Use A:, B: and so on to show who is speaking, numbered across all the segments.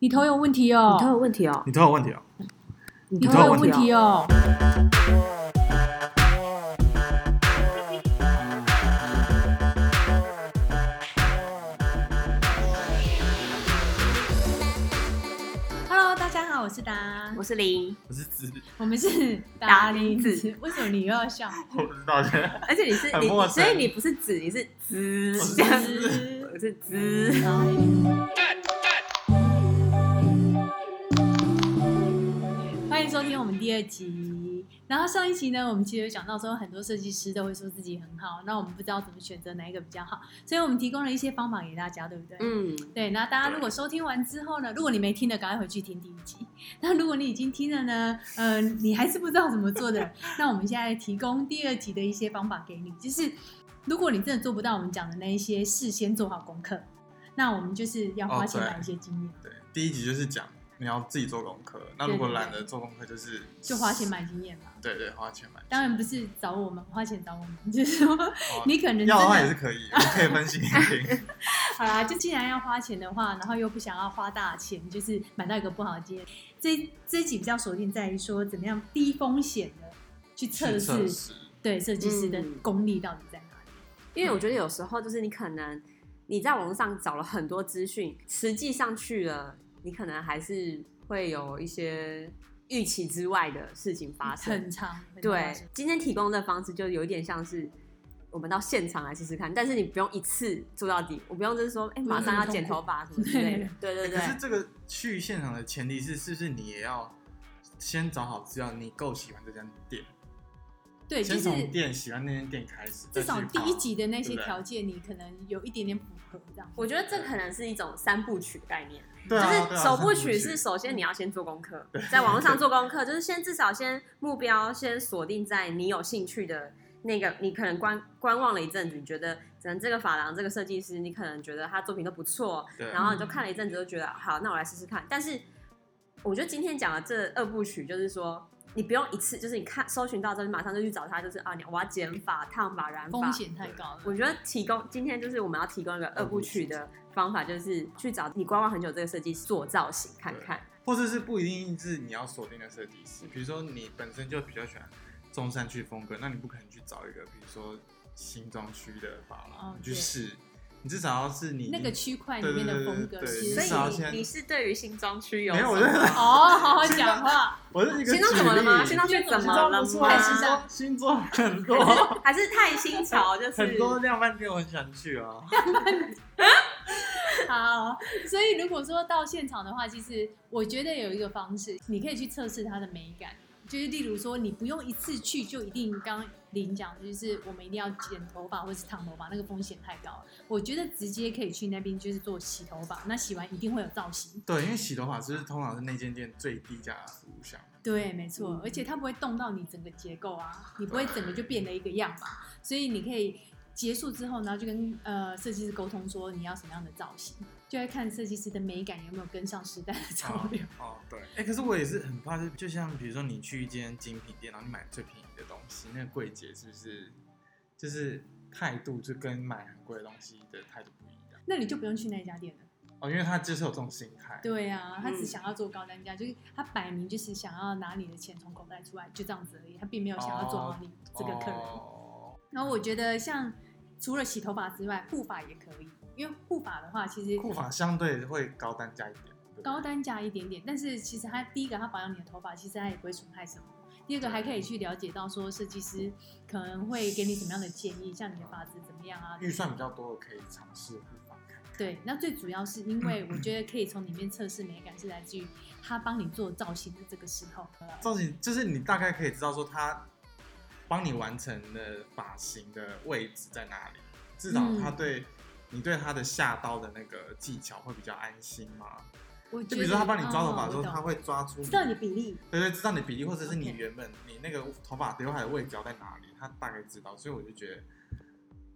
A: 你头有问题哦，
B: 你头有问题哦，
C: 你头有问题啊？
B: 你
A: 你
C: 头
A: 头
C: 有
A: 有
C: 问
A: 问题
B: 哦。
A: 哦。Hello，大家好，我是达，
B: 我是零，
C: 我是子，
A: 我们是
B: 达
A: 林
B: 林子
A: 子。为什么你又要笑？
C: 我不知道现在
B: 而且你是
C: 很
B: 你，
C: 陌
B: 你
C: 生
B: 所以你不是子，你是滋
C: 我是
B: 这样
C: 滋
B: 我是滋。
A: 欢迎收听我们第二集。然后上一集呢，我们其实有讲到说，很多设计师都会说自己很好，那我们不知道怎么选择哪一个比较好，所以我们提供了一些方法给大家，对不对？
B: 嗯，
A: 对，那大家如果收听完之后呢，如果你没听的，赶快回去听第一集。那如果你已经听了呢，呃，你还是不知道怎么做的，那我们现在提供第二集的一些方法给你，就是如果你真的做不到我们讲的那一些，事先做好功课。那我们就是要花钱
C: 哦对
A: 买一些经验，
C: 对第一集就是讲你要自己做功课，那如果懒得做功课，就是
A: 就花钱。买经验嘛。
C: 对对，花钱买。
A: 当然不是找我们花钱找我们，就是说
C: 哦
A: 你可能真的
C: 要的话也是可以，我可以分析给你 听。
A: 好啦，就既然要花钱的话，然后又不想要花大钱，就是买到一个不好的经验。这这一集比较锁定在于说怎么样低风险的去测
C: 去测
A: 试
C: 试，
A: 对设计师的
B: 嗯
A: 功力到底在哪里。
B: 因为我觉得有时候就是你可能你在网络上找了很多资讯，实际上去了，你可能还是会有一些预期之外的事情发生。
A: 很长，很长
B: 对
A: 时间，
B: 今天提供的方式就有一点像是我们到现场来试试看，但是你不用一次做到底，我不用就是说，哎、马上要剪头发什么之类的。对对
C: 可
B: 对，
C: 是这个去现场的前提是，是不是你也要先找好资料，你够喜欢这家店，
A: 对，就
C: 先
A: 是
C: 从店喜欢那间店开始。
A: 至少
C: 再去
A: 第一集的那些
C: 对不对
A: 条件，你可能有一点点符合这样。
B: 我觉得这可能是一种三部曲概念。
C: 对啊，
B: 就
C: 对
B: 是
C: 啊
B: 首
C: 三部
B: 部曲是首先你要先做功课，在网络上做功课，就是先至少先目标先锁定在你有兴趣的那个，你可能观观望了一阵子，你觉得可能这个发廊这个设计师，你可能觉得他作品都不错，
C: 对
B: 然后
A: 嗯
B: 你就看了一阵子，就觉得好，那我来试试看。但是我觉得今天讲的这二部曲，就是说你不用一次，就是你看搜寻到之后，你马上就去找他，就是啊，你我要剪发、烫发、染发
A: 风，险太高了，
B: 我觉得提供今天就是我们要提供一个二部曲的方法，就是去找你观望很久这个设计师做造型看看。
C: 或者是不一定是你要锁定的设计师，比如说你本身就比较喜欢中山区风格，那你不可能去找一个比如说新庄区的发廊、
A: 哦
C: 你去
A: 对
C: 试，你至少要是你
A: 那个区块里面的风格
C: 对对
A: 是
C: 对对
B: 所
C: 至少要
B: 以
C: 先
B: 你你是对于新庄区有
C: 没
B: 什
C: 有
B: 么
C: 我在
A: 哦，好好讲话，
C: 我是一个
B: 新庄怎么了吗？
C: 举
B: 新
C: 例
B: 庄区怎
C: 新
B: 么
C: 庄
B: 了
C: 不错
B: 吗
C: 啊，？
A: 新
C: 新
A: 庄
C: 庄新庄很多
B: 还是太新潮，就是
C: 很多量贩店我很想去啊，
A: 好，所以如果说到现场的话，其实我觉得有一个方式，你可以去测试它的美感。就是例如说，你不用一次去就一定，刚刚林讲的就是我们一定要剪头发或是烫头发，那个风险太高了。我觉得直接可以去那边就是做洗头发，那洗完一定会有造型。
C: 对，因为洗头发就是通常是那间店最低价的服务项，
A: 对，没错，
C: 嗯
A: 而且它不会动到你整个结构啊，你不会整个就变了一个样嘛。所以你可以结束之后，然后就跟呃设计师沟通说你要什么样的造型，就会看设计师的美感有没有跟上时代的潮流。
C: 哦，对，哎、可是我也是很怕，就就像比如说你去一间精品店，然后你买最便宜的东西，那个柜姐是不是就是态度就跟买很贵的东西的态度不一样？
A: 那你就不用去那家店了。
C: 哦，因为她就是有这种心态。
A: 对啊，他只
B: 嗯
A: 想要做高单价，就是他摆明就是想要拿你的钱从口袋出来，就这样子而已，他并没有想要做好你这个客人。
C: 哦，
A: 然后我觉得像除了洗头发之外，护发也可以，因为护发的话其实
C: 护发相对会高单价一点。对不对
A: 高单价一点点，但是其实它第一个它保养你的头发，其实它也不会损害什么。第二个还可以去了解到说设计师可能会给你什么样的建议，像你的发质怎么样啊，
C: 预算比较多的可以尝试护发看看。
A: 对，那最主要是因为 我觉得可以从里面测试美感，是来自于他帮你做造型的这个时候。
C: 造型就是你大概可以知道说她帮你完成的发型的位置在哪里，至少
A: 嗯
C: 她对、你对她的下刀的那个技巧会比较安心嘛。
A: 我觉得，
C: 就比如说他帮你抓头发的时候，
A: 嗯
C: 他会抓出
A: 知道你比例。
C: 对对，知道你比例或者是你
A: OK
C: 原本你那个头发刘海的位置要在哪里，他大概知道，所以我就觉得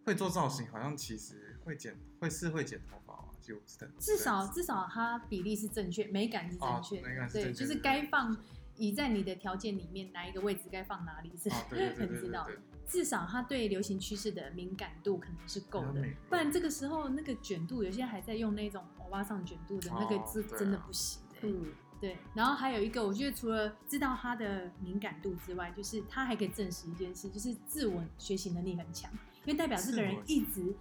C: 会做造型好像其实会剪会是会剪头发啊，就真的
A: 至少至少它比例是正确，美感是正确的，
C: 哦美感是
A: 对，
C: 正确
A: 就
C: 的
A: 是该放移在你的条件里面，哪一个位置该放哪里是、
C: 哦对对对
A: 很
C: 对
A: 知
C: 对
A: 道的
C: 对，
A: 至少他对流行趋势的敏感度可能是够
C: 还有
A: 的
C: 美国，
A: 不然这个时候那个卷度，有些还在用那种欧巴上卷度的那个
C: 哦
A: 是
C: 对啊
A: 真的不行的。
B: 嗯，
A: 对，然后还有一个，我觉得除了知道他的敏感度之外，就是他还可以证实一件事，就是自我学习能力很强，因为代表这个人
C: 自我
A: 一直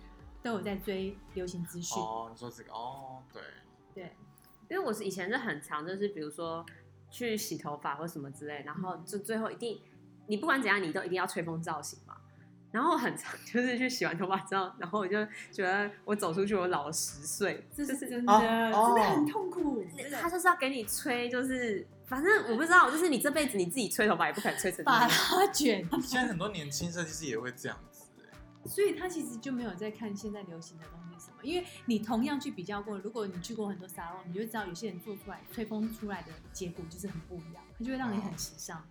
A: 都有在追流行资讯。
C: 哦，你说这个哦， 对，
A: 对，
B: 因为我是以前是很常，就是比如说去洗头发或什么之类，然后就最后一定，你不管怎样，你都一定要吹风造型嘛。然后我很常就是去洗完头发之后，然后我就觉得我走出去，我老了十岁，
A: 这
B: 就是
A: 真的，
C: 哦
A: 真的很痛苦。真的
B: 他就是要给你吹，就是反正我不知道，就是你这辈子你自己吹头发也不肯吹成那
A: 把
B: 样。
A: 他卷，
C: 现在很多年轻设计师也会这样子、哎
A: 所以他其实就没有在看现在流行的东西是什么，因为你同样去比较过，如果你去过很多沙龙，你就会知道有些人做出来吹风出来的结果就是很不一样，它就会让你
B: 哦
A: 很时尚，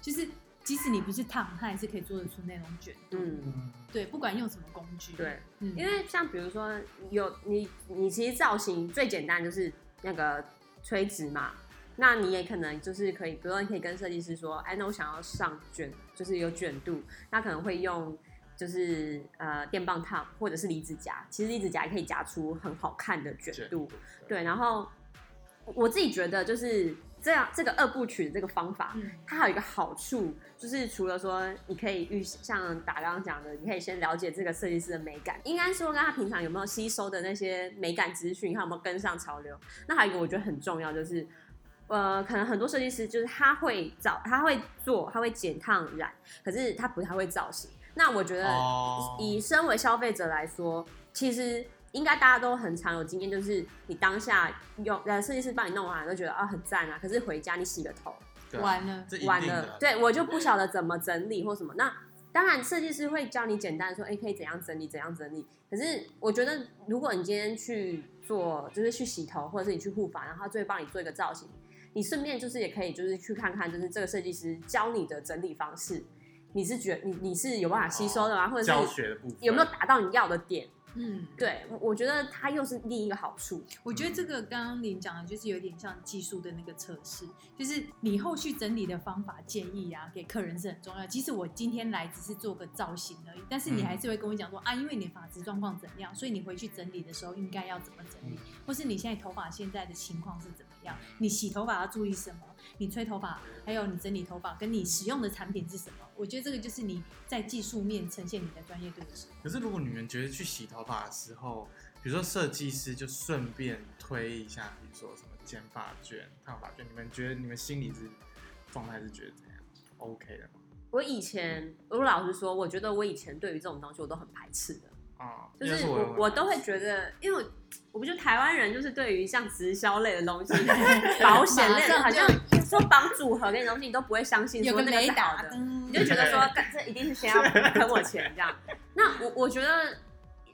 A: 就是即使你不是烫，它也是可以做得出那种卷度。
B: 嗯，
C: 嗯，
A: 对，不管用什么工具，
B: 对，
A: 嗯，
B: 因为像比如说有你，你其实造型最简单就是那个垂直嘛。那你也可能就是可以，比如说你可以跟设计师说，哎，那我想要上卷，就是有卷度，那可能会用就是呃电棒烫或者是离子夹，其实离子夹也可以夹出很好看的卷
C: 卷
B: 度。，对，然后我自己觉得就是这样，这个二部曲的这个方法，
A: 嗯，
B: 它还有一个好处，就是除了说你可以预像打刚刚讲的，你可以先了解这个设计师的美感，应该说跟他平常有没有吸收的那些美感资讯，看有没有跟上潮流。那还有一个我觉得很重要，就是呃，可能很多设计师就是他会造，他会做，他会剪烫染，可是他不太会造型。那我觉得
C: 哦
B: 以身为消费者来说，其实应该大家都很常有经验，就是你当下用呃设计师帮你弄完，你都觉得啊很赞啊，可是回家你洗个头。
C: 对啊
A: 完了，
C: 这一定
B: 完
C: 的啊
B: 了，，对我就不晓得怎么整理或什么。那当然，设计师会教你简单地说，哎，可以怎样整理，怎样整理。可是我觉得，如果你今天去做，就是去洗头，或者是你去护发，然后他就会帮你做一个造型，你顺便就是也可以就是去看看，就是这个设计师教你的整理方式，你是觉你你是有办法吸收的吗？或者
C: 哦教
B: 是
C: 学的部分
B: 你有没有达到你要的点？
A: 嗯，
B: 对，我我觉得它又是另一个好处。
A: 我觉得
B: 嗯
A: 这个刚刚您讲的就是有点像技术的那个测试，就是你后续整理的方法建议啊，给客人是很重要。即使我今天来只是做个造型而已，但是你
C: 嗯
A: 还是会跟我讲说、啊，因为你的发质状况怎样，所以你回去整理的时候应该要怎么整理，
C: 嗯
A: 或是你现在头发现在的情况是怎么样，你洗头发要注意什么，你吹头发，还有你整理头发跟你使用的产品是什么。我觉得这个就是你在技术面呈现你的专业对手。
C: 可是如果你们觉得去洗头发的时候，比如说设计师就顺便推一下，比如说什么剪发卷、烫发卷，你们觉得你们心里是状态是觉得怎样？OK 的吗？
B: 我以前，我老实说，我觉得我以前对于这种东西我都很排斥的。
C: 啊、
B: 就
C: 要
B: 是
C: 我的
B: 我
C: 话
B: 我都会觉得，因为我我不就台湾人，就是对于像直销类的东 西，保险类的，好
A: 马上
B: 像
A: 就
B: 说绑组合那些东西，你都不会相信
A: 有
B: 说
A: 个
B: 那个
A: 雷
B: 是
A: 达
B: 好的，
A: 灯，
B: 你就觉得 说，干这一定是先要坑我钱这样。那我我觉得，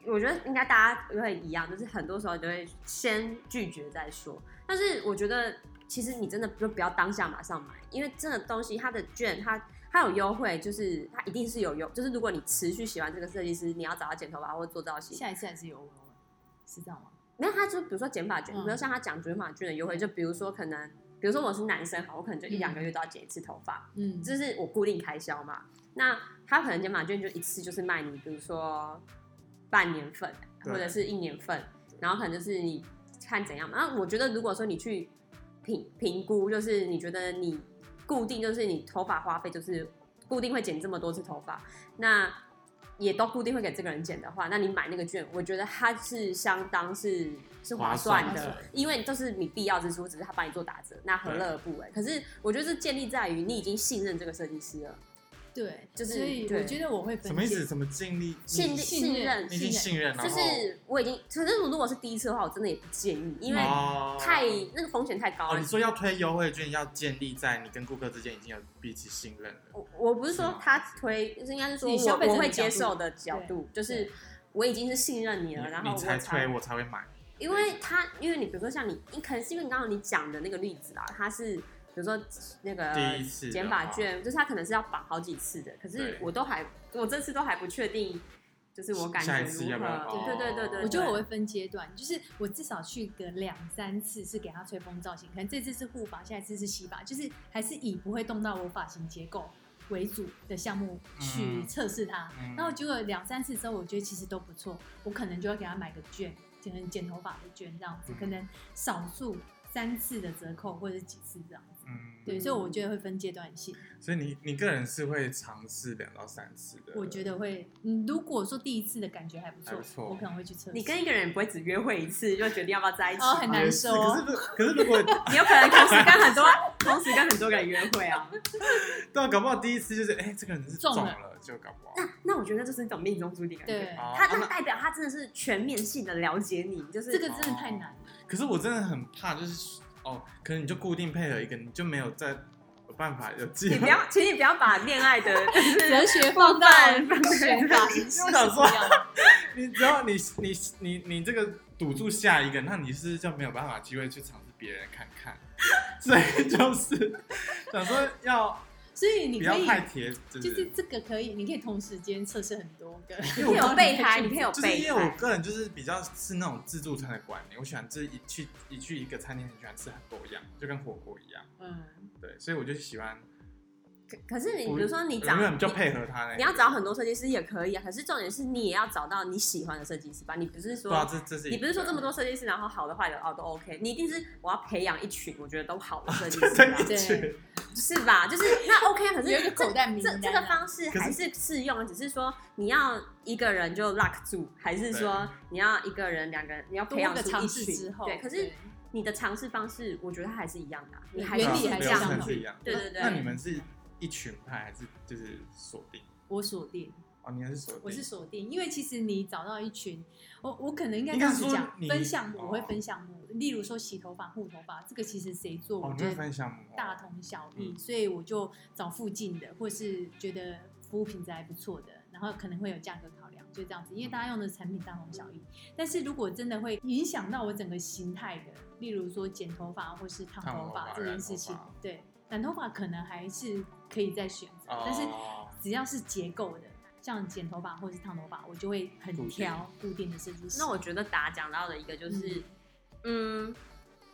B: 我觉得应该大家都会一样，就是很多时候就会先拒绝再说。但是我觉得，其实你真的就不要当下马上买，因为这个东西它的券它。它有优惠，就是它一定是有优，就是如果你持续喜欢这个设计师，你要找他剪头发或做造型，
A: 下一次还是有我是这样吗？
B: 没有，他就比如说减法卷，
A: 嗯
B: 比如像他讲卷发卷的优惠，就比如说可能，比如说我是男生好，我可能就一
A: 嗯
B: 两个月都要剪一次头发，
A: 嗯，
B: 这是我固定开销嘛。那他可能减法卷就一次就是卖你，比如说半年份
C: 对
B: 或者是一年份，然后可能就是你看怎样嘛。那我觉得如果说你去评评估，就是你觉得你固定就是你头发花费就是固定会剪这么多次头发，那也都固定会给这个人剪的话，那你买那个券，我觉得它是相当是是划算
C: 划
B: 的，
C: 算
B: 因为都是你必要之出，只是他帮你做打折，那何乐而不为？可是我觉得这建立在于你已经信任这个设计师了，
A: 对，
B: 就是
A: 所以我
B: 对
A: 觉得我会分
C: 什么意思？
A: 析？
C: 什么尽力
B: 信
A: 信
C: 你
B: 信
A: 任
B: 任
C: 你已经
A: 信
C: 信任，
B: 就
C: 然后
B: 是我已经，可是如果是第一次的话，我真的也不建议，因为
C: 哦
B: 太、那个风险太高
C: 哦，
B: 了
C: 你。说要推优惠券，要建立在你跟顾客之间已经有彼此信任了。
B: 我我不是说他推，就是应该是说
A: 你消费
B: 我
A: 者
B: 我会
A: 的角度
B: 接受的角度，就是我已经是信任你了，然
C: 你
B: 后我
C: 你才
B: 才
C: 推，我才会买。
B: 因为他，因为你比如说像你，你可能是因为刚刚你讲的那个例子啊，他是比如说那
A: 呃
B: 个
C: 第一次的
B: 减法
C: 话
B: 券，就是他可能是要绑好几次的，可是
C: 对
B: 我都还，我这次都还不确定，就是我感
C: 下
B: 觉
C: 一次
B: 如
C: 要哦不要
B: 何？对对对对，
A: 我觉得
B: 对
A: 我会分阶段，就是我至少去个两三次是给他吹风造型，可能这次是护发，下一次是洗发，就是还是以不会动到我发型结构为主的项目去
C: 嗯
A: 测试它。
C: 嗯
A: 然后结果两三次之后，我觉得其实都不错，我可能就要给他买个券，可能剪头发的券这样子，
C: 嗯
A: 可能少数三次的折扣或者几次这样子。
C: 嗯，
A: 对，所以我觉得会分阶段性，
C: 所以你你个人是会尝试两到三次的，
A: 我觉得会，嗯，如果说第一次的感觉还不错，
C: 还不错
A: 我可能会去测试。
B: 你跟一个人不会只约会一次就决定要不要在一起吧，
A: 哦很难
C: 也是
A: 受
C: 可是如可是如果
B: 你有可能同时跟很多同时跟很多个人约会 啊。
C: 对啊，搞不好第一次就是哎、这个人是
A: 中
C: 中
A: 了
C: 了，就搞不好。
B: 那我觉得这是一种命中注定的感觉。
A: 对，
C: 哦
B: 他
C: 啊
B: 那
C: 那
B: 代表他真的是全面性的了解你，就是
A: 这个真的太
C: 哦
A: 难了。
C: 可是我真的很怕，就是哦，可能你就固定配合一个，你就没有再有办法有计
B: 你
C: 划。
B: 不要，请你不要把恋爱的
A: 哲学 放到选法 仪式
C: 我想说你只要你你你你这个堵住下一个，那你是就没有办法机会去尝试别人看看， 所以就是想说要
A: 所以你
C: 不
A: 可
C: 要
A: 以
C: 太贴，就
A: 就是
C: 是
A: 这个可以，你可以同时间测试很多个。
B: 你可以有备胎，你可以有
C: 就是
B: 备
C: 因为我
B: 胎。
C: 个人就是比较是那种自助餐的观念，我喜欢自己去一去一个餐厅，很喜欢吃很多样，就跟火锅一样，
A: 嗯，
C: 对，所以我就喜欢
B: 可可是你
C: 我
B: 比如说你
C: 永
B: 找
C: 远就
B: 你
C: 配合他那
B: 你
C: 个。
B: 要找很多设计师也可以啊，可是重点是你也要找到你喜欢的设计师吧？你不是说、
C: 对啊，这这是一
B: 你不是说这么多
C: 个
B: 设计师，然后好的坏的哦都 OK，你一定是我要培养一群我觉得都好的设计师吧，
C: 对一群
A: 对
B: 是吧？就是那 OK，可是
A: 有
B: 啊
A: 一个
B: 这
A: 口袋名
B: 这
A: 单
B: 这个
A: 啊。
B: 方式
C: 可是
B: 还是适用啊的，只是说你要一个人就 lock 住，还是说你要一个人、两个人，你要
A: 多
B: 培养
A: 个
B: 出一
A: 尝试
B: 群
A: 之后，
B: 对，可是你的尝试方式，我觉得它还是一样的啊、你还
A: 原
C: 对啊
A: 理还
B: 这
A: 是
C: 流
A: 相
B: 样
C: 程
A: 同
B: 嘛。
C: 是一样的。
B: 对对对
C: 那你们是一群派还是就是锁定？
A: 我锁定，
C: 哦，你还是锁定？
A: 我是锁定，因为其实你找到一群，我我可能应该
C: 应
A: 这
C: 该
A: 样子
C: 说
A: 讲，
C: 你
A: 分项目我会
C: 哦
A: 分项目，例如说洗头发、护头发，这个其实谁做，
C: 哦
A: 我，
C: 你
A: 觉
C: 会
A: 得
C: 分项目哦
A: 大同小异，
C: 嗯
A: 所以我就找附近的，或是觉得服务品质还不错的，然后可能会有价格考量，就这样子。因为大家用的产品大同小异，但是如果真的会影响到我整个形态的，例如说剪头发或是烫
C: 烫
A: 头
C: 头
A: 发
C: 发
A: 这件
C: 染
A: 事
C: 头
A: 情
C: 发，
A: 对，染头发可能还是可以再选择，
C: 哦
A: 但是只要是结构的，像剪头发或是烫头发，我就会
C: 固
A: 很
C: 定
A: 挑固定的设计师。
B: 那我觉得达讲到的一个就是
A: 嗯，
B: 嗯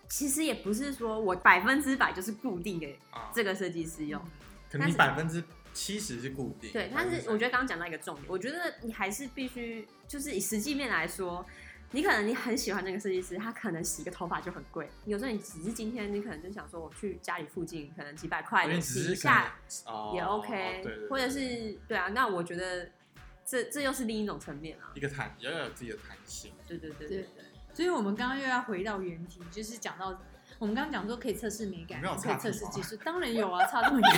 B: 其实也不是说我百分之百就是固定给
C: 啊，
B: 这个设计
A: 嗯
B: 师用，
C: 可能
B: 但
C: 你
B: 是
C: 百分之七十是固定。
B: 对，但是我觉得刚刚讲到一个重点，我觉得你还是必须，就是以实际面来说，你可能你很喜欢那个设计师，他可能洗个头发就很贵。有时候你只是今天你可能就想说，我去家里附近可能几百块
C: 因为
B: 的
C: 只
B: 洗
C: 是
B: 一
C: 可能
B: 下
C: 哦
B: 也 OK，、
C: 对对对
B: 或者是对啊，那我觉得这这又是另一种层面啊。
C: 一个弹，要有自己的弹性。
B: 对对对
A: 对
B: 对对，
A: 所以我们刚刚又要回到原题，就是讲到我们刚刚讲说可以测试美感，
C: 你没有
A: 可以
C: 差
A: 测
C: 题
A: 试
C: 吗
A: 技术，当然有啊， 差这么 远。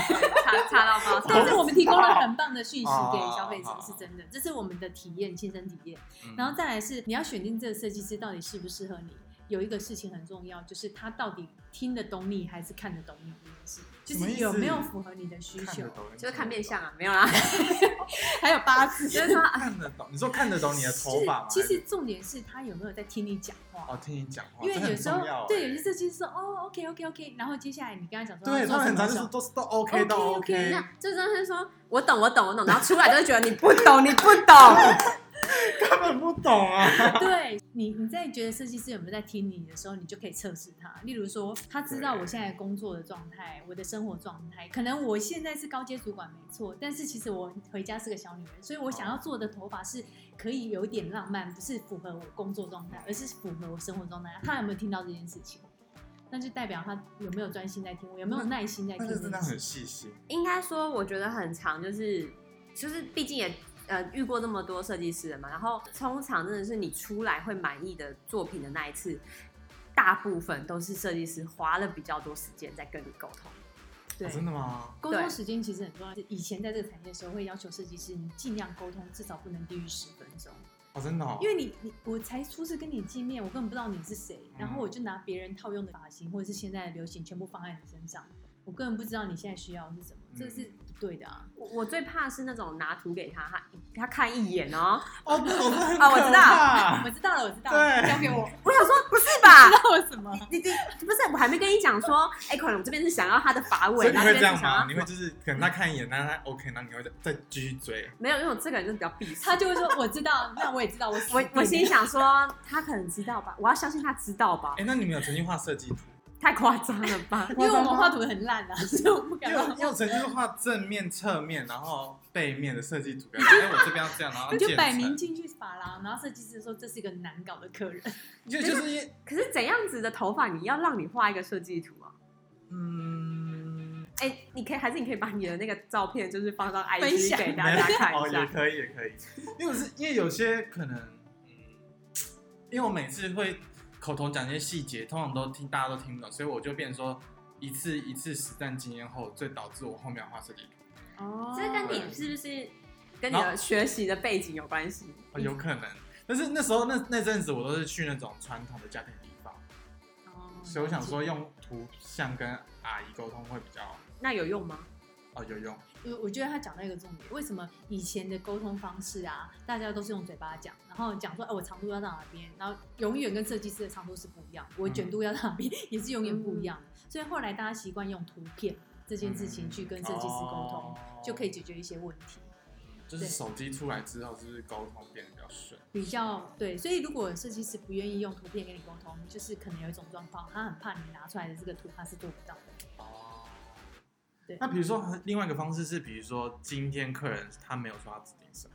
B: 差差到爆，
A: 但
B: 但
A: 是
B: 是
A: 我们提供了很棒的讯息给
C: 哦
A: 消费者
C: 哦，
A: 是真的，这是我们的体验，亲身体验。
C: 嗯
A: 然后再来是你要选定这个设计师到底适不适合你，有一个事情很重要，就是他到底听得懂你还是看得懂你这件事，就
C: 什么
A: 是
C: 意思
A: 有没有符合你的需
C: 看
A: 求
C: 得，懂，
B: 就是看面相啊，没有啦，
A: 还有八字。
B: 就是说啊
C: 看得懂。你说看得懂你的头发吗？
A: 是其实重点是他有没有在听你讲话。
C: 哦，听你讲话，
A: 因为
C: 这很
A: 有时候
C: 重要
A: 对
C: 欸
A: 有些设计师说哦，OK OK OK，然后接下来你跟他讲说
C: 对，他
A: 做
C: 们
A: 什
C: 很
A: 么
C: 常就
A: 什
C: 是
A: 么，
C: 都是都 OK 都 OK，
B: 那就真的是 说我懂我懂我懂，然后出来就会觉 得你不懂你不懂。
C: 根本不懂啊。
A: 对你你在觉得设计师有没有在听你的时候，你就可以测试他。例如说，他知道
C: 对
A: 我现在工作的状态，我的生活状态，可能我现在是高阶主管没错，但是其实我回家是个小女人，所以我想
C: 哦
A: 要做的头发是可以有一点浪漫，不是符合我工作状态，而是符合我生活状态。他有没有听到这件事情？那就代表他有没有专心在听我，有没有耐心在听
C: 但
A: 这
C: 是
A: 件
C: 真的
A: 事。
C: 很细心，哦
B: 应该说，我觉得很长，就是就是，毕竟也呃遇过这么多设计师了嘛，然后通常真的是你出来会满意的作品的那一次，大部分都是设计师花了比较多时间在跟你沟通。
A: 对
C: 哦，真的吗？
A: 沟通
B: 对
A: 时间其实很重要。以前在这个产业的时候，会要求设计师你尽量沟通，至少不能低于十分钟。
C: 哦，真的哦，
A: 因为你你我才初次跟你见面，我根本不知道你是谁，
C: 嗯
A: 然后我就拿别人套用的发型或者是现在的流行全部放在你身上，我根本不知道你现在需要的是什么，
C: 嗯
A: 这是不对的啊。
B: 我我最怕是那种拿图给他，他他看一眼哦，
C: 哦，这种是很
B: 哦我
C: 可
B: 知道
C: 怕
A: 我知道了，我知道了，
C: 对
A: 交给我，
B: 我想说不是吧？
A: 那 我什么？
B: 你你不是我还没跟你讲说，哎、可能我这边是想要他的发
C: 所
B: 尾，
C: 以你
B: 然后
C: 会
B: 这
C: 这
B: 边
C: 样
B: 是想
C: 吗？
A: 啊
B: 要
C: 你会就是可能他看一眼，那他 OK，那你会再再继续追。
B: 没有，因为我这个人就是比较闭塞
A: 他。就会说我知道，那我也知道，我死
B: 我
A: 定了
B: 我心里想说，他可能知道吧，我要相信他知道吧。
C: 哎，那你们有曾经画设计图？
B: 太夸张了 吧？
A: 因为我们画图很烂啊，所以我不
C: 因
A: 敢
C: 为我
A: 画。
C: 因为我曾经是画正面、侧面，然后背面的设计图标，哎，我这边要这样，然后
A: 你就
C: 渐
A: 摆明
C: 层，
A: 进去法郎，然后设计师说这是一个难搞的客人，
C: 就就是因为
B: 可是怎样子的头发你要让你画一个设计图啊？
C: 嗯，
B: 哎、你可以还是你可以把你的那个照片就是放到
A: 分
B: IG
A: 享
B: 给大家看
C: 哦，
B: 一
C: 也
B: 下。
C: 可以，也可以，因为我是因为有些可能，嗯，因为我每次会口头讲一些细节，通常都听大家都听不懂，所以我就变成说一次一次实战经验后，最导致我后面要画设计图，
A: 哦
B: 这跟你是不是跟你的学习的背景有关系？嗯
C: 哦有可能。但是那时候那那阵子我都是去那种传统的家庭地方，
A: 哦嗯
C: 所以我想说，用图像跟阿姨沟通会比较
B: 那有用吗？
C: 哦有用。
A: 我我觉得他讲到一个重点，为什么以前的沟通方式啊，大家都是用嘴巴讲，然后讲说，哎、我长度要到哪边，然后永远跟设计师的长度是不一样，我卷度
C: 嗯
A: 要到哪边、也是永远不一样的。所以后来大家习惯用图片这件事情去跟设计师沟通，
C: 哦
A: 就可以解决一些问题，
C: 就是
A: 对
C: 手机出来之后，就是沟通变得比较顺。
A: 比较对。所以如果设计师不愿意用图片跟你沟通，就是可能有一种状况，他很怕你拿出来的这个图他是做不到的。
C: 哦，
A: 对
C: 那比如说另外一个方式是，比如说今天客人他没有说他指定什么，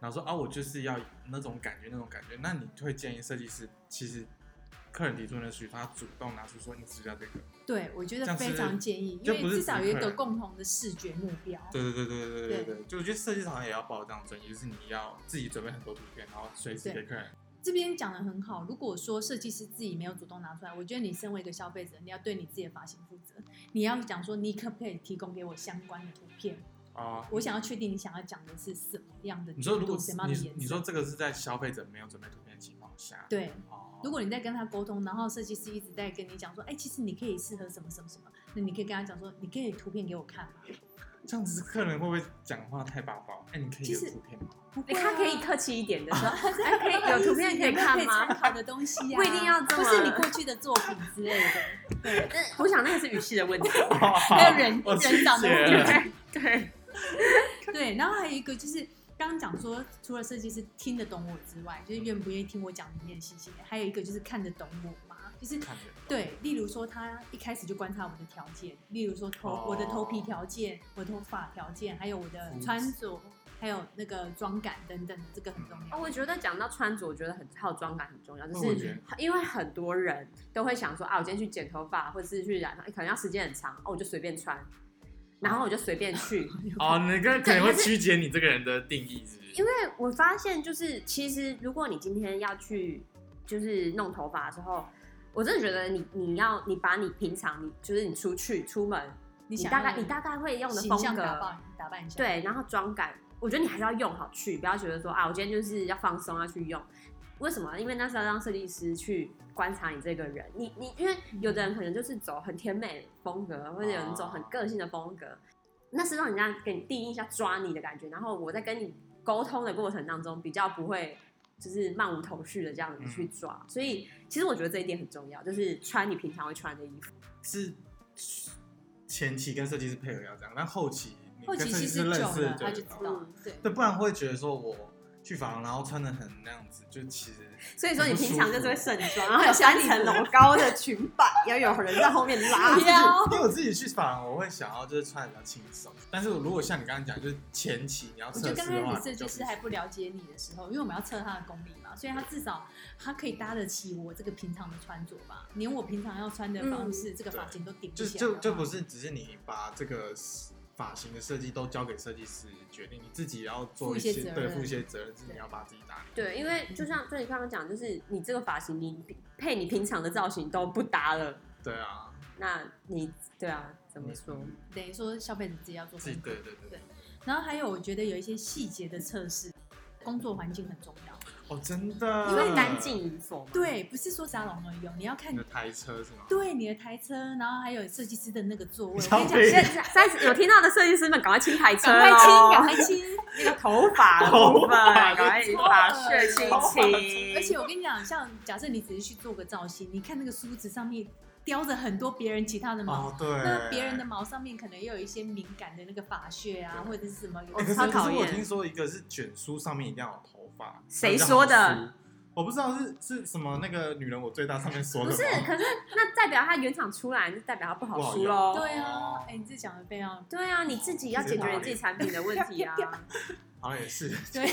C: 然后说啊我就是要那种感觉那种感觉，那你会建议设计师其实客人提出的需求，他主动拿出说你只要这个。
A: 对，我觉
C: 这
A: 得
C: 样是
A: 非常建议，因
C: 就
A: 为
C: 不是
A: 至少有一
C: 只
A: 个
C: 会
A: 共同的视觉目标。
C: 对对对对对对
A: 对
C: 对，就我觉得设计师好像也要抱这样的专业，就是你要自己准备很多图片，然后随时
A: 对
C: 给客人。
A: 这边讲的很好。如果说设计师自己没有主动拿出来，我觉得你身为一个消费者，你要对你自己的发型负责。你要讲说，你可不可以提供给我相关的图片？
C: 哦，
A: 我想要确定你想要讲的是什么样的
C: 你
A: 角度，
C: 说如果
A: 什么样的
C: 你
A: 颜色？
C: 你说这个是在消费者没有准备图片的情况下，
A: 对。
C: 哦，
A: 如果你在跟他沟通，然后设计师一直在跟你讲说，哎、其实你可以适合什么什么什么，那你可以跟他讲说，你可以图片给我看吗？
C: 哦这样子客人会不会讲话太霸道？哎、你可以
A: 其
C: 有
A: 实
C: 图片吗？
A: 不啊会、
B: 哎、
A: 啊，
B: 他可以客气一点的说， 哎、可以
A: 有
B: 有图片可以看
A: 参
B: 吗？
A: 考的东西啊，
B: 不一定要这么
A: 不是你过去的作品之类的，
B: 我想那个是语气的问题。
A: 还有人
C: 我
A: 人长得
C: 理解
A: 不一样
C: 了。
B: 对对，
A: 对，然后还有一个就是刚刚讲说，除了设计师听得懂我之外，就是愿不愿意听我讲里面的细节，还有一个就是看得懂我嘛，就是
C: 看着
A: 对，例如说他一开始就观察我的条件，例如说头、
C: 哦
A: 我的头皮条件、我的头发条件，还有我的
C: 肤质
A: 穿着，还有那个妆感等等的，这个很重
B: 哦，
A: 要。
B: 我觉得讲到穿着，我觉得很还有妆感很重要，就
C: 我觉
B: 是
C: 得
B: 因为很多人都会想说啊，我今天去剪头发，或者是去染，哎可能要时间很长，哦，我就随便穿，然后我就随便去，
C: 哦，那个可能会曲解你这个人的定义是不是
B: 因为我发现，就是其实如果你今天要去就是弄头发的时候，我真的觉得你你要你把你平常你就是你出去出门，
A: 你
B: 你
A: 想
B: 大
A: 要
B: 概你大概会用的
A: 形
B: 风
A: 象打
B: 格，
A: 扮打扮一下，
B: 对，然后妆感，我觉得你还是要用好去，不要觉得说啊，我今天就是要放松要啊去用。为什么？因为那是要让设计师去观察你这个人。你你，因为有的人可能就是走很甜美的风格，或者有人走很个性的风格，那是让人家给你第一印象抓你的感觉。然后我在跟你沟通的过程当中，比较不会就是漫无头绪的这样子去抓。所以其实我觉得这一点很重要，就是穿你平常会穿的衣服。
C: 是前期跟设计师配合要这样，但后期你
A: 后
C: 跟
A: 期
C: 设计
A: 其
C: 师
A: 实
C: 认
A: 久
C: 识
A: 了
C: 就
A: 他就知道了
B: 嗯，
A: 对。
C: 对，不然会觉得说我去发廊然后穿的很那样子，就其实
A: 哦
B: 所以说你平常就是会盛 装，然后
A: 很
B: 有
A: 舒服
B: 三层楼高的裙摆，要有人在后面 拉
A: 对啊
C: 因为我自己去发廊，我会想要就是穿得比较轻松，但是如果像你刚刚讲，就是前期你要
A: 我
C: 测
A: 觉
C: 试
A: 得
C: 的
A: 刚开
C: 话，你
A: 始设
C: 就
A: 计师还不了解你的时候，因为我们要测他的功力嘛，所以他至少他可以搭得起我这个平常的穿着吧，连我平常要穿的方式、这个发型都顶不嗯
C: 就
A: 起来的
C: 就
A: 话。
C: 就不是只是你把这个发型的设计都交给设计师决定，你自己要做
A: 负一
C: 一
A: 些
C: 些
A: 责任
C: 对负一些责任，是你要把自己打理。
B: 对，因为就像就你刚刚讲，就是你这个发型，你配你平常的造型都不搭了，
C: 对啊，
B: 那你对啊，怎么说？
A: 等于说消费者自己要做
C: 自己
A: 功课
C: 对。对对
A: 对然后还有我觉得有一些细节的测试，工作环境很重要。
C: 哦，真的，
B: 因为干净与否嘛。，
A: 对，不是说沙龙而已哦，你要看
C: 你的台车是吗？
A: 对你的台车，然后还有设计师的那个座位。我
C: 消
A: 跟你讲
C: 费，
B: 现在现在有听到的设计师们，赶快清台车
A: 赶快清，赶快清。
B: 哦，那个头发的部分，赶快把血清
C: 头发
B: 清。
A: 而且我跟你讲，像假设你只是去做个造型，你看那个梳子上面叼着很多别人其他的毛
C: 哦，对，
A: 那别人的毛上面可能也有一些敏感的那个发屑啊，或者是什么有
C: 哎。可是
B: 超
C: 可
B: 讨
C: 是
B: 厌
C: 我听说一个是卷梳上面一定要有头发，
B: 谁说的
C: 才比较好梳？我不知道是是什么那个女人我最大上面说
B: 不
C: 的
B: 是，
C: 吗，
B: 可是那代表它原厂出来，那代表它不好
C: 不好
B: 出
C: 用
B: 喽。
A: 对啊，
C: 哦
A: 哎、你这讲的非常
B: 对啊，你自己要解决你自己产品的问题 啊！
C: 好像也是，
A: 对，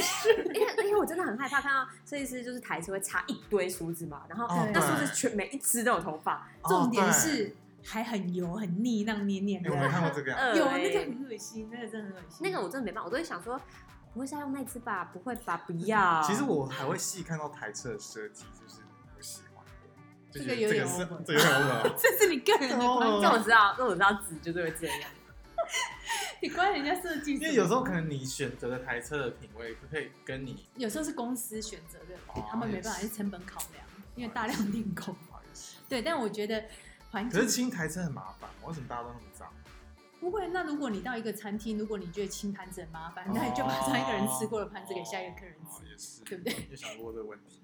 B: 因为因为我真的很害怕看到设计师就是台词会插一堆梳子嘛，然后
C: 哦
B: 那梳
C: 对
B: 子全每一只都有头发，
A: 重点
C: 哦
A: 是还很油很腻，那样黏黏
C: 对
A: 的
C: 哎，我。没看过这个样子，
B: 呃
A: 有那个很恶心，那个真的很恶心。
B: 那个我真的没办法，我都会想说，不会是要用那只吧？不会吧？不要。
A: 啊
C: 其实我还会细看到台车的设计，就是我喜欢，就
A: 这
C: 觉
A: 个
C: 得
A: 有
C: 这
A: 点
C: 个是
A: over
C: 这个有点 over
A: 这是你个人的观
C: 哦
A: 点，
B: 这我知道，这我知道，纸就是会这样。
A: 你关人家设计师，
C: 因为有时候可能你选择的台车的品味，可以跟你
A: 有时候是公司选择的，
C: 哦
A: 他们没办法
C: 也
A: 是
C: 是
A: 成本考量，因为大量订购。
C: 不好意思。
A: 对，但我觉得环
C: 可
A: 境
C: 是清台车很麻烦，为什么大家都那么脏？
A: 啊不会。那如果你到一个餐厅，如果你觉得清盘子很麻烦，那你就
C: 哦
A: 把上一个人吃过的盘子给下一个客人
C: 哦
A: 吃。
C: 也是，
A: 对不对？
C: 有想过这个问题？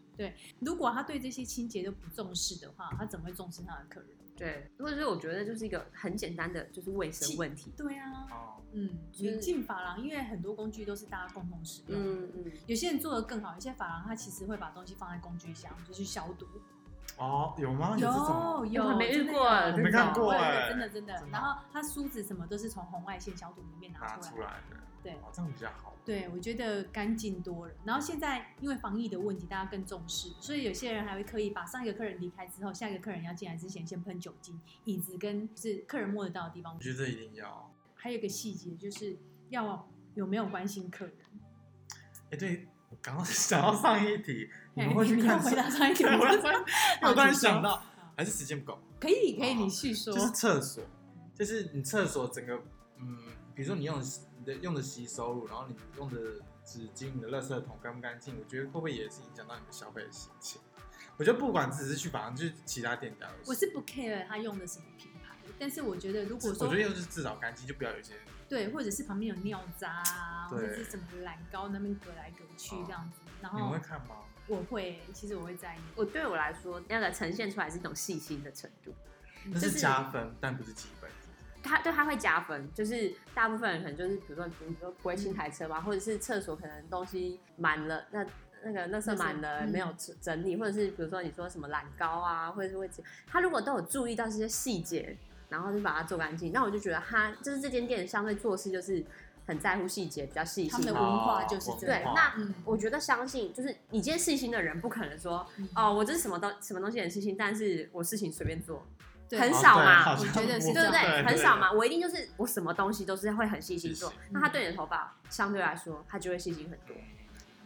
A: 如果他对这些清洁都不重视的话，他怎么会重视他的客人？
B: 对，或者是我觉得就是一个很简单的就是卫生问题。
A: 对啊，
C: 哦，
A: 嗯，
B: 就是
A: 你进发廊，因为很多工具都是大家共同使用。
B: 嗯嗯，
A: 有些人做的更好，有些发廊他其实会把东西放在工具箱，就去消毒。
C: 哦，有吗？有这种？
A: 有，
B: 我还没遇过
A: 真的有
C: 我没看过
A: 对
C: 哎
A: 真的真的
C: 真。的
A: 然后它梳子什么都是从红外线消毒里面拿
C: 拿
A: 出
C: 出
A: 来。
C: 来的，
A: 对
C: 哦，这样比较好。
A: 对，我觉得干净多了。然后现在因为防疫的问题，大家更重视，所以有些人还会刻意把上一个客人离开之后，下一个客人要进来之前，先喷酒精，椅子跟就是客人摸得到的地方
C: 我。觉得这一定要。
A: 还有一个细节就是要有没有关心 客人。
C: 哎，对，我刚刚想到上一题，你们
A: 哎
C: 会去
A: 你
C: 看
A: 要回
C: 厕？
A: 答上一个
C: 对我
A: 问
C: 要
A: 题，
C: 说我突然想到
A: 好，
C: 还是时间不够，
A: 可以可以，
C: 好
A: 你叙说。
C: 就是厕所，就是你厕所整个，嗯，比如说你用的你的用的洗手乳，然后你用的纸巾、你的垃圾桶干不干净，我觉得会不会也是影响到你们消费的心情？我觉得不管只是去房，就是其他店家都
A: 我是不 care 他用的什么品牌，但是我觉得如果
C: 我
A: 说
C: 觉得就是至少干净，就不要有一些
A: 对，或者是旁边有尿渣啊，或
C: 对哦
A: 者是什么染膏那边隔来隔去这样子。然
C: 你们
A: 后
C: 会看吗？
A: 我会，其实我会在意。
B: 我对我来说，那个呈现出来是一种细心的程度。
C: 那
B: 就是
C: 是加分，但不是积分。
B: 他对他会加分，就是大部分人可能就是比如说，比如说不会
A: 嗯
B: 清台车嘛，或者是厕所可能东西满了，那那个垃圾满了
A: 垃圾
B: 没有整整理，或者是比如说你说什么懒高啊，或者是会他如果都有注意到这些细节，然后就把它做干净，那我就觉得他就是这间店相对做事就是很在乎细节，比较细
A: 他们
B: 心
A: 的。文化就是这
B: 对
A: 样，
C: 文化
B: 那
A: 嗯，
B: 我觉得相信就是你今天细心的人，不可能说
A: 嗯
B: 哦，我这是什么东什么东西很细心，但是我事情随便做，
A: 对啊
B: 很
C: 哦
B: 少
C: 对
B: 嘛
C: 好像
A: 我觉得是
B: 对不
A: 这
B: 对？
A: 样
B: 很少。嘛，我一定就是我什么东西都是会很细心做
C: 细。
B: 那他对你的头发相对来说，他就会细心很多
C: 对。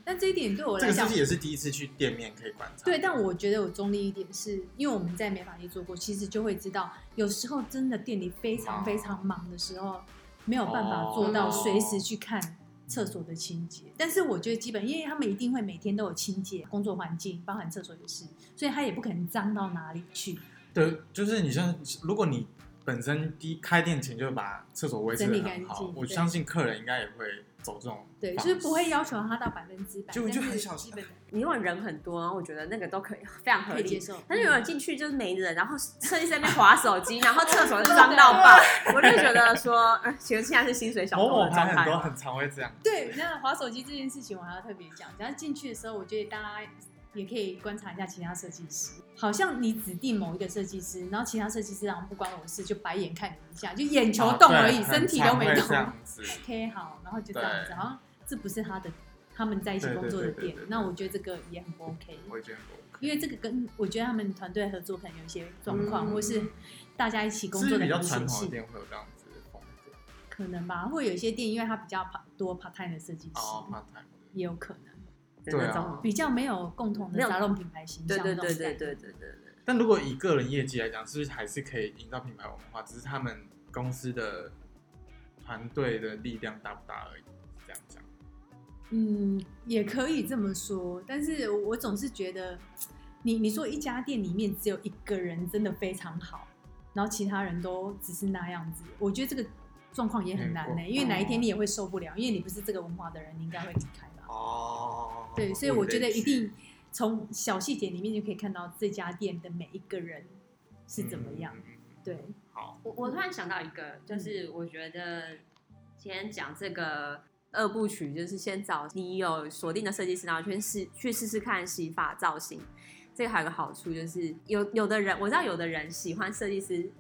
A: 但这一点对我
C: 这
A: 来
C: 个是
A: 讲
C: 不是，也是第一次去店面可以观察？
A: 对，但我觉得我中立一点是，因为我们在美发业做过，其实就会知道，有时候真的店里非常
C: 忙
A: 非常忙的时候，没有办法做到
B: 哦
A: 随时去看厕所的清洁。但是我觉得基本，因为他们一定会每天都有清洁工作环境，包含厕所也是，所以他也不可能脏到哪里去，
C: 对，就是你像，如果你本身第一开店前就把厕所维持
A: 整理
C: 的
A: 干
C: 很好
A: 净，
C: 我
A: 对
C: 相信客人应该也会走这种
A: 对，
C: 方
A: 就是不会
C: 式
A: 要求他到百分之百，
C: 就就
A: 但
C: 很
A: 是
C: 小
A: 基本
B: 你如果人很多，然后我觉得那个都可以，非常合
A: 可以接
B: 理。
A: 受。
B: 但是如果进去就是没人，然后设计师在那边划手机，然后厕所就脏到爆，我就觉得说，呃，其实现在是薪水小
C: 某
B: 偷
C: 某
B: 的状
C: 牌很
B: 态
A: 啊
C: 多
B: 吗。
C: 很常会这样，
A: 对，那滑手机这件事情我还要特别讲，只要进去的时候，我觉得大家也可以观察一下其他设计师。好像你指定某一个设计师，然后其他设计师好像不关我的事，就白眼看你一下，就眼球
C: 啊
A: 动
C: 对
A: 而已，
C: 很
A: 身体都
C: 常
A: 没
C: 会
A: 动
C: 这。样子，
A: OK，好，然后就这样子，
C: 对
A: 好像这不是他的，他们在一起工作的
C: 对对对
A: 点
C: 对对。对
A: 那我觉得这个也很不 OK，
C: 我也觉得很多
A: 因为这个跟我觉得他们团队合作可能有一些状况，
B: 嗯
A: 或是大家一起工
C: 是
A: 作的
C: 比较
A: 和谐
C: 传统的
A: 性
C: 店会有这样子的风格
A: 可能吧，会有一些店因为它比较 part- 多 part time 的设计师，
C: 哦 part time 的
A: 也有可能。
B: 的那
C: 对
B: 种
C: 啊
A: 比较没有共同的
B: 没有
A: 沙龙品牌形
B: 对
A: 象那
B: 对
A: 种感
B: 对
A: 觉，
B: 对对对对对。
C: 但如果以个人业绩来讲，是不是还是可以营造品牌文化？只是他们公司的团队的力量大不大而已。这样讲，
A: 嗯，也可以这么说，但是我总是觉得，你你说一家店里面只有一个人真的非常好，然后其他人都只是那样子，我觉得这个状况也很难呢、
C: 嗯
A: 因为哪一
B: 哦
A: 天你也会受不了，因为你不是这个文化的人，你应该会离开吧。
C: 哦
A: 对，所以我觉得一定从小细节里面就可以看到这家店的每一个人是怎么样。
C: 嗯嗯嗯嗯
A: 对，
C: 好，
A: 嗯
B: 我我突然想到一个，就是我觉得今天讲这个二部曲，就是先找你有锁定的设计师，然后先试去试试看洗发造型。这个还有个好处就是，有有的人我知道，有的人喜欢设计师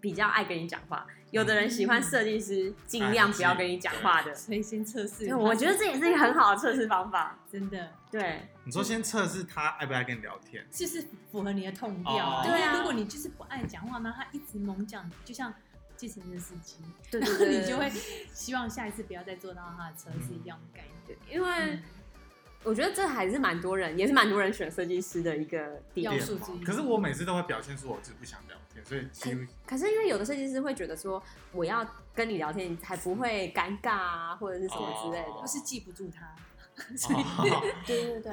B: 比较爱跟你讲话，有的人
A: 嗯
B: 喜欢设计师尽量不要跟你讲话的。
A: 所以先测试
B: 对
A: 看。
B: 我觉得这也是一个很好的测试方法。
A: 真的
B: 对，
C: 你说先测试他爱不爱跟你聊天，
A: 就是符合你的痛调啊。
C: 哦
A: 因为
B: 对啊
A: 如果你就是不爱讲话，那他一直猛讲，就像计程车司机，
B: 对
A: 然
B: 对
A: 后
B: 对，
A: 你就会
B: 对
A: 希望下一次不要再坐到他的车是一样的概念。
B: 对因为
A: 嗯
B: 我觉得这还是蛮多人，也是蛮多人选设计师的一个点
A: 要。
C: 点
A: 素
C: 嘛
A: 之一
C: 可是我每次都会表现出我就是不想聊天，所以几 乎
B: 可是因为有的设计师会觉得说，我要跟你聊天，你才不会尴尬啊，或者是什么之类的。
C: 哦
A: 或是记不住他。
C: 哦
B: 对对对，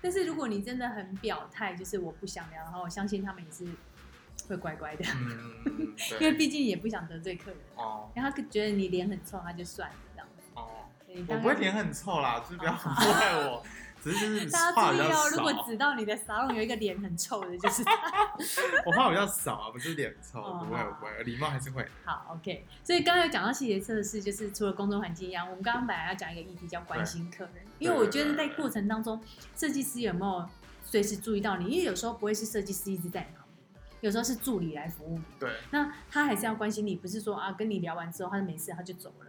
A: 但是如果你真的很表态，就是我不想聊的话，我相信他们也是会乖乖的，
C: 嗯，
A: 因为
C: 对，
A: 毕竟也不想得罪客人。
C: 哦
A: 然后他觉得你脸很臭，他就算了这样子。
C: 哦，
A: 所以大概
C: 我不会脸很臭啦，就是不要祸害我，只是就是
A: 哦大
C: 话
A: 家
C: 比
A: 注意
C: 较
A: 哦，如
C: 少
A: 果，指到你的沙龙有一个脸很臭的，就是他
C: 我话比较少啊，不是脸臭，
A: 哦
C: 不会
A: 好
C: 不会，礼貌还是会，
A: 好 OK。所以刚刚有讲到细节测试，就是除了工作环境一样，我们刚刚本来要讲一个议题叫关心客人，因为我觉得在过程当中，设计师有没有随时注意到你？因为有时候不会是设计师一直在你旁边，有时候是助理来服务你。
C: 对，
A: 那他还是要关心你，不是说啊跟你聊完之后他就没事他就走了。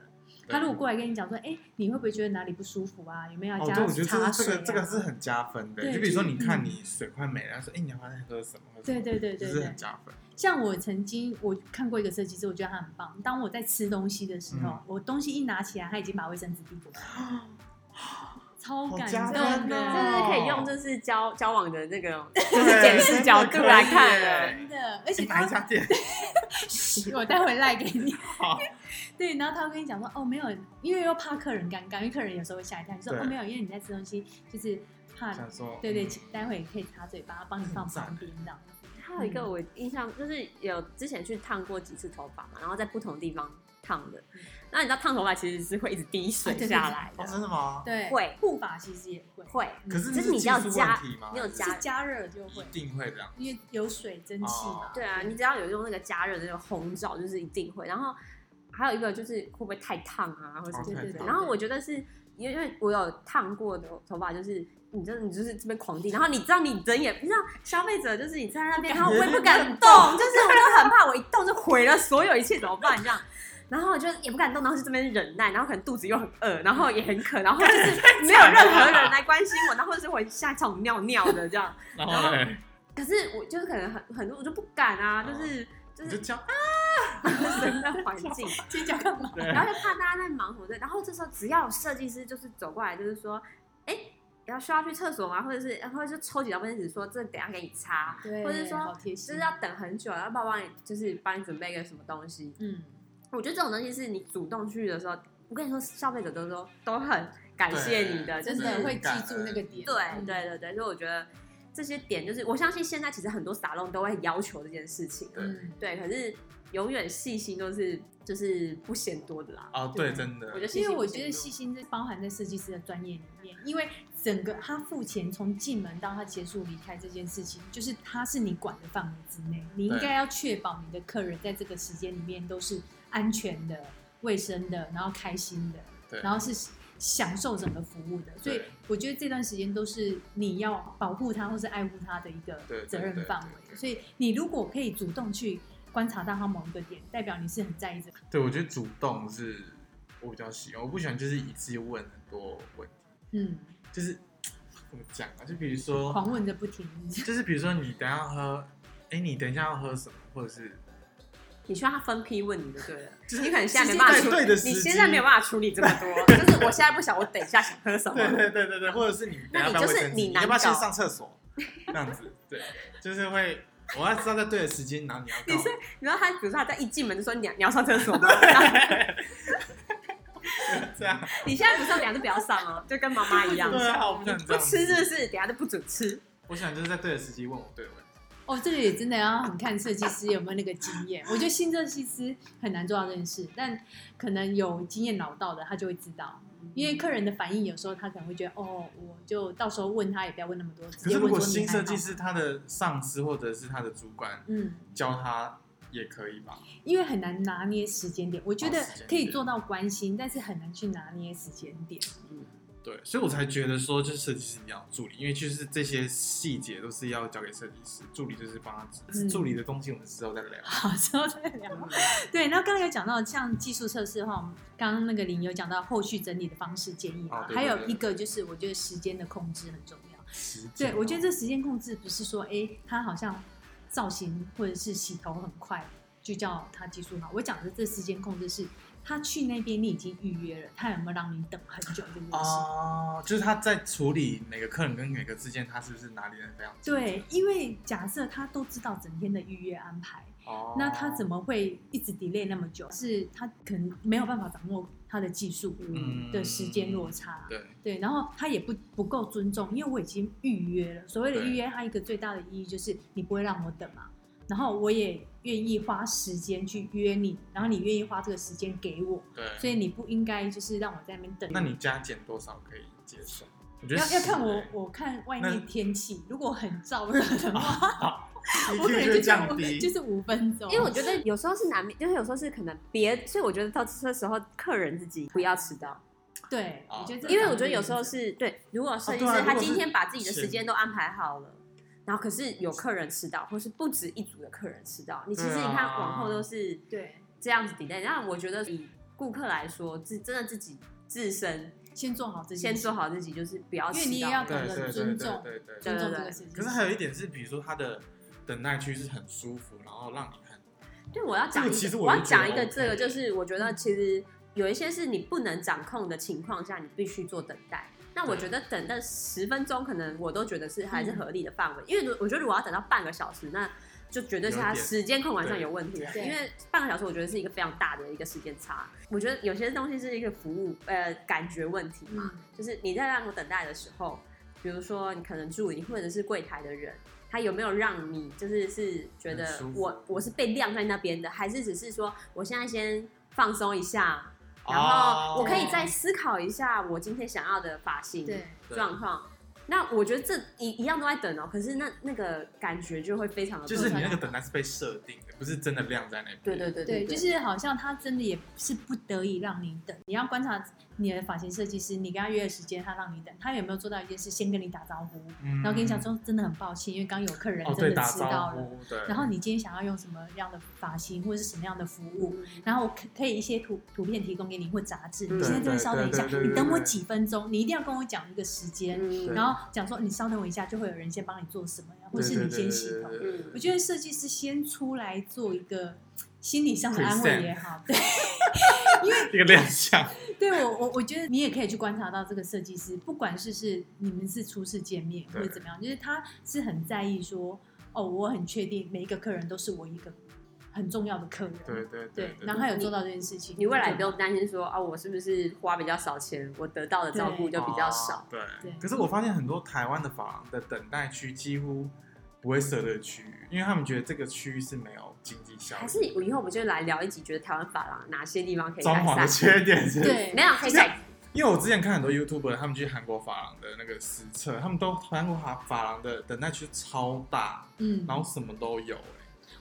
C: 对
A: 他如果过来跟你讲说，哎、你会不会觉得哪里不舒服啊？有没有要
C: 哦，
A: 加
C: 对，我觉得这
A: 茶
C: 个这
A: 水
C: 个
A: 啊？
C: 这个是很加分的。
A: 对
C: 就比如说，
A: 就是
C: 你看你水快没了，他说：“哎，你要不要再喝什么？”喝什
A: 对
C: 么
A: 对对对
C: 就是
A: 对
C: 很。加分。
A: 像我曾经我看过一个设计师，我觉得他很棒。当我在吃东西的时候，
C: 嗯
A: 我东西一拿起来，他已经把卫生纸递过来了， 超
C: 好
A: 感
C: 加
A: 人
C: 分
A: 的，
C: 哦
B: 这是可以用就是交交往的那 个，
C: 就
B: 就是检视角度来看了。
A: 真的，而且
C: 你哪
A: 他
C: 哎一家店？
A: 我待会赖给你。
C: 好，
A: 对，然后他会跟你讲说，哦，没有，因为又怕客人尴尬，因为客人有时候会吓一跳。你说，
C: 对
A: 哦，没有，因为你在吃东西，就是怕，
C: 想说，
A: 对对
C: 嗯，
A: 待会可以擦嘴巴，帮你放
C: 很赞
A: 旁边这样。
B: 还有一个我印象就是有之前去烫过几次头发嘛，然后在不同地方烫的。那你知道烫头发其实是会一直滴水下来
C: 哦，
B: 的，
C: 真的吗？
A: 对，
B: 会
A: 护发其实也会，
B: 会。
C: 可是
B: 这
C: 这
B: 是你
C: 技
B: 要
C: 术
B: 加
C: 问题吗？
B: 你有
C: 还是
B: 加
A: 是加热就
C: 一
A: 会，
C: 定会这样。
A: 因为有水蒸气嘛
C: 嗯哦。
B: 对啊，你只要有用那个加热的那个烘罩，就是一定会。然后还有一个就是会不会太烫啊，或者
C: 哦
A: 对
B: 是。
C: 太
A: 对
C: 赞
A: 对。
B: 然后我觉得是因为我有烫过的头发，就是你真的你就是这边狂滴，然后你知道你人也，你知道消费者就是你在那边，然后我也不敢动，就是我就很怕我一动就毁了所有一切，怎么办这样？然后我就也不敢动，然后就这边忍耐，然后可能肚子又很饿，然后也很渴，然后就是没有任何人来关心我，然后或者是我下场尿尿的这样。
C: 然
B: 然后
C: 后嘞，
B: 可是我就是可能很很多我就不敢啊，就是就
C: 你 就是教，
B: 人的环境。
A: 尖叫干嘛？
C: 对
B: 然后就怕大家在忙活对，然后这时候只要有设计师就是走过来，就是说，哎、要需要去厕所吗？或者是或者是抽几张卫生纸说这等一下给你擦，
A: 对，
B: 或者说
A: 好贴
B: 就
A: 心
B: 是，要等很久，要啊不要帮你就是帮你准备一个什么东西？
A: 嗯，
B: 我觉得这种东西是你主动去的时候，我跟你说，消费者都说都很感谢你的，就
A: 嗯真
B: 是
A: 的
C: 对
A: 会记住那个点。
B: 对
A: 嗯
B: 对对对，所以我觉得这些点就是我相信现在其实很多沙龙都会要求这件事情，
C: 对
A: 嗯，
B: 对，可是永远细心都是就是不嫌多的啦。
C: 哦，对，真的
B: 我觉，得细
A: 因
B: 心
A: 为我
B: 不嫌
A: 觉得
B: 多
A: 细心是包含在设计师的专业里面，因为整个他付钱从进门到他结束离开这件事情，就是他是你管的范围之内，你应
C: 对
A: 该要确保你的客人在这个时间里面都是安全的、卫生的，然后开心的，
C: 对
A: 然后是享受整个服务的。所以
C: 对
A: 我觉得这段时间都是你要保护他或是爱护他的一个
C: 对对
A: 责任
C: 对
A: 范
C: 对
A: 围。
C: 对
A: 所以你如果可以主动去观察到他某一个点，代表你是很在意这个。
C: 对我觉得主动是我比较喜欢，我不喜欢就是一次问很多问题，
A: 嗯，
C: 就是怎么讲啊？就比如说，
A: 狂问着不停。
C: 就是比如说你等一下要喝，哎，你等一下要喝什么，或 者是
B: 你需要他分批问你就对了，
C: 就是
B: 你可能现在没办法
C: 时
B: 处
C: 间
B: 理，
C: 对的时
B: 你
C: 机
B: 现在没有办法处理这么多， 就是我现在不想，我等一下想喝什
C: 对
B: 么。
C: 对对对对，或者是你等一下要不要卫生
B: 那你就是
C: 纸
B: 你
C: 你要不
B: 难
C: 要
B: 搞
C: 先上厕 所？这样子，对，就是会，我要知道在对的时间，然后你要
B: 你
C: 告诉
B: 是
C: 我，
B: 然后他，比如说他在一进门就说你要你要上厕所吗？然后
C: 这样，
B: 你现在不上，等一下就不要上哦，就跟妈妈一样，
C: 对啊，我不想这
B: 不
C: 样子
B: 吃是不是？等一下就不准吃。
C: 我想就是在对的时机问我对的问题，
A: 哦，这个也真的要很看设计师有没有那个经验。我觉得新设计师很难做到这件事，但可能有经验老道的他就会知道，因为客人的反应有时候他可能会觉得，哦，我就到时候问他也不要问那么多，直
C: 可
A: 接
C: 是如
A: 问
C: 果
A: 说你
C: 新
A: 还好
C: 设计，师他的上司或者是他的主管
A: 嗯，
C: 教他也可以吧？
A: 因为很难拿捏时间点，我觉得
C: 哦时间点
A: 可以做到关心，但是很难去拿捏时间点。
C: 对，所以我才觉得说，就是设计师一定要有助理，因为就是这些细节都是要交给设计师，助理就是帮他指
A: 嗯啊
C: 助理的东西我们之后再聊。
A: 好，之后再聊。 对，然后刚才有讲到像技术测试的话，我们刚刚那个林有讲到后续整理的方式建议嘛，
C: 哦对
A: 还
C: 对
A: 有
C: 对
A: 一个就是我觉得时间的控制很重要。
C: 时间
A: 对，我觉得这
C: 哦
A: 时间控制不是说，哎、他好像造型或者是洗头很快就叫他技术好。我讲的这时间控制是，他去那边你已经预约了，他有没有让你等很久这件事？
C: 哦，就是他在处理每个客人跟每个之间，他是不是哪里人非常精
A: 对，因为假设他都知道整天的预约安排，
C: 准？哦，
A: 那他怎
C: 么？
A: 么会一直 delay 那么久？是他可能没有办法掌握他的技术
C: 嗯
A: 的时间落差。
C: 对，
A: 对，然后他也不不够尊重，因为我已经预约了。所谓的
C: 对
A: 预约，它一个最大的意义就是你不会让我等嘛，然后我也愿意花时间去约你，然后你愿意花这个时间给我，
C: 对，
A: 所以你不应该就是让我在那边等。
C: 那你加减多少可以接受？我觉得
A: 要要看我
C: 10欸，
A: 我看外
C: 那
A: 面天气，如果很燥热 的话， 我可能
C: EQ 就
A: 就
C: 会
A: 是
C: 降低，
A: 就是五分钟。
B: 因为我觉得有时候是难免，就是有时候是可能别，所以我觉得到这时候客人自己不要迟到，
A: 对，
C: 啊
A: 我觉得这
B: 因为
A: 个
B: 我觉得
A: 很
B: 有时候
A: 原则
B: 是对，如果设计
C: 哦
B: 师
C: 对啊
B: 他
C: 如果是
B: 今天把自己的时间
C: 是
B: 都安排好了，然后可是有客人迟到，或是不止一组的客人迟到，你其实
C: 对啊
B: 你看往后都是
A: 对，
B: 这样子 delay。那我觉得以顾客来说，自真的自己自身
A: 先做好这件
B: 先
A: 事，
B: 做好自己，就是不要迟到。
A: 因为你也要
C: 对
A: 懂
C: 对
A: 得
C: 对
A: 尊
C: 对
A: 重
C: 对对对。
A: 尊重
B: 对对
A: 这个
B: 对
A: 事情。
C: 可是还有一点是，比如说他的等待区是很舒服，然后让你很
B: 对，我要讲
C: 这
B: 一
C: 个其实
B: 个，
C: 我
B: 我要
C: 就觉得哦
B: 讲一个，
C: OK 嗯
B: 这个就是我觉得其实有一些是你不能掌控的情况下，你必须做等待。那我觉得等待十分钟，可能我都觉得是还
A: 嗯
B: 是合理的范围，因为如我觉得如果要等到半个小时，那就绝对是他
C: 有点
B: 时间控管上有问题了。
A: 对
B: 因为半个小时，我觉得是一个非常大的一个时间差。我觉得有些东西是一个服务呃感觉问题嘛，
A: 嗯，
B: 就是你在让我等待的时候，比如说你可能助理或者是柜台的人，他有没有让你就是是觉得
C: 很舒服
B: 我我是被晾在那边的，还是只是说我现在先放松一下，然
C: 哦
B: 后我可以再思考一下我今天想要的发型
A: 对，
B: 状况。那我觉得这一一样都在等哦，可是那那个感觉就会非常的
C: 就是
B: 不
C: 你
B: 一
C: 那
B: 样
C: 个等待是被设定的，不是真的晾在那边。
B: 对对对
A: 对，就
B: 对，
A: 是好像他真的也是不得已让你等，你要观察你的发型设计师，你跟他约的时间，他让你等，他有没有做到一件事，先跟你打招呼，
C: 嗯，
A: 然后跟你讲说真的很抱歉，因为刚有客人
C: 哦，
A: 真
C: 对，
A: 的
C: 打
A: 迟到
C: 招
A: 了，
C: 呼，对，
A: 然后你今天想要用什么样的发型或者是什么样的服务，
B: 嗯
A: 然后我可可以一些图图片提供给你或杂志，
B: 嗯
A: 你现在真的稍等一下，
C: 对对对对对
A: 你等我几分钟，你一定要跟我讲一个时间，
B: 嗯
C: 对
A: 然后讲说你稍等我一下，就会有人先帮你做什么呀，或
C: 对
A: 是你先洗头。
C: 对对对对
B: 嗯
A: 我
C: 对
A: 觉得设计师先出来做一个心理上的安慰
C: Present
A: 也好，对，
C: 一个亮相，
A: 对我我我觉得你也可以去观察到这个设计师，不管是是你们是初次见面或
C: 对
A: 者怎么样，就是他是很在意说，哦，我很确定每一个客人都是我一个很重要的客人，
C: 对对
A: 对，
C: 对
A: 然后他有做到这件事情，
B: 你未来
A: 就
B: 不用担心说啊，我是不是花比较少钱，我得到的照顾就比较少
C: 哦。对
A: 对
C: 可是我发现很多台湾的发廊的等待区几乎不会设这个区域，因为他们觉得这个区域是没有经济效益。
B: 还是我以后我们就来聊一集，觉得台湾法郎哪些地方可以
C: 装潢的
B: 改善？
C: 缺点 是，啊
A: 对
B: 没有可以改，
C: 因为我之前看很多 YouTuber 他们去韩国发廊的那个实测，他们都韩国发发廊的等待区超大，
A: 嗯，
C: 然后什么都有、欸，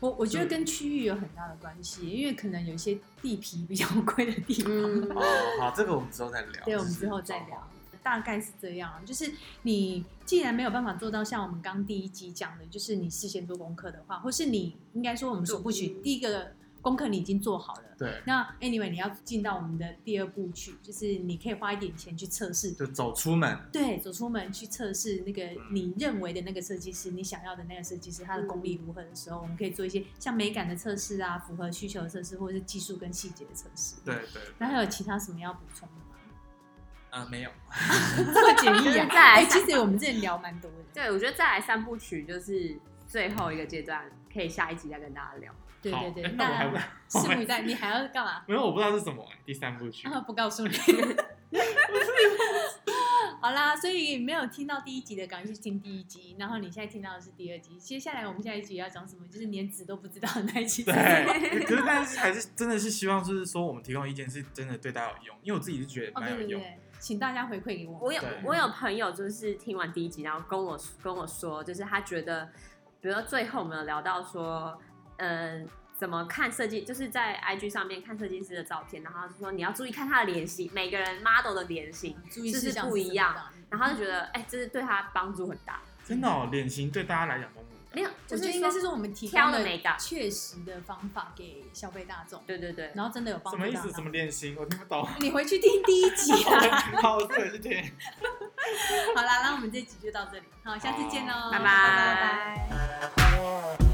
A: 我我觉得跟区域有很大的关系，因为可能有一些地皮比较 贵的地方，
B: 嗯，
C: 哦，好，这个我们之后再聊。
A: 对，我们之后再
C: 哦
A: 聊。大概是这样，啊就是你既然没有办法做到像我们刚第一集讲的，就是你事先做功课的话，或是你应该说我们所不许
B: 嗯
A: 第一个功课你已经做好了，
C: 对，
A: 那 anyway 你要进到我们的第二步去，就是你可以花一点钱去测试，
C: 就走出门，
A: 对，走出门去测试那个你认为的那个设计师，你想要的那个设计师，他的功
C: 嗯
A: 力如何的时候，我们可以做一些像美感的测试啊，符合需求的测试，或者是技术跟细节的测试。
C: 对对对
A: 那还有其他什么要补充的吗？
C: 啊、没有，
A: 这么简
B: 就
A: 易
B: 是
A: 啊！
B: 再来
A: 哎，其实我们之前聊蛮多的。
B: 对，我觉得再来三部曲就是最后一个阶段，可以下一集再跟大家聊。
A: 对
C: 好
A: 对对，
C: 哎那我还
A: 大
C: 不
A: 家拭目以待。你还要干 嘛？
C: 没有，我不知道是什么、欸第三部曲。
A: 啊，不告 诉你。好啦，所以没有听到第一集的，赶快去听第一集。然后你现在听到的是第二集，接下来我们下一集要讲什么？就是连纸都不知道的那一集。
C: 对，可是但是还是真的是希望，就是说我们提供的意见是真的对大家有用，因为我自己是觉得
A: 哦，
C: 蛮
A: 对
C: 有
A: 对
C: 用。
A: 对，请大家回馈给我们。
B: 我有
C: 对
B: 我有朋友就是听完第一集，然后跟我跟我说，就是他觉得，比如说最后我们有聊到说，嗯、怎么看设计，就是在 IG 上面看设计师的照片，然后就说你要注意看他的脸型，每个人 model 的脸型，
A: 注意
B: 就是
A: 事项
B: 不一
A: 什么
B: 样
A: 的。嗯
B: 然后就觉得哎、这是对他帮助很大。
C: 真的哦，脸型对大家来讲都不一样
B: 没有，
A: 我
B: 就
A: 觉
B: 是
A: 得应该是说我们提
B: 挑
A: 供
B: 的
A: 了
B: 美感。
A: 确实的方法给消费大众，
B: 对对对，
A: 然后真的有帮
C: 什
A: 助
C: 么意
A: 到
C: 思？
A: 他
C: 什么脸型？我听不懂。
A: 你回去听第一集啊。
C: 好，我这里去听。
A: 哦好啦，那我们这集就到这里，好，下次见喽，
B: 拜拜
A: 拜拜。
C: 哇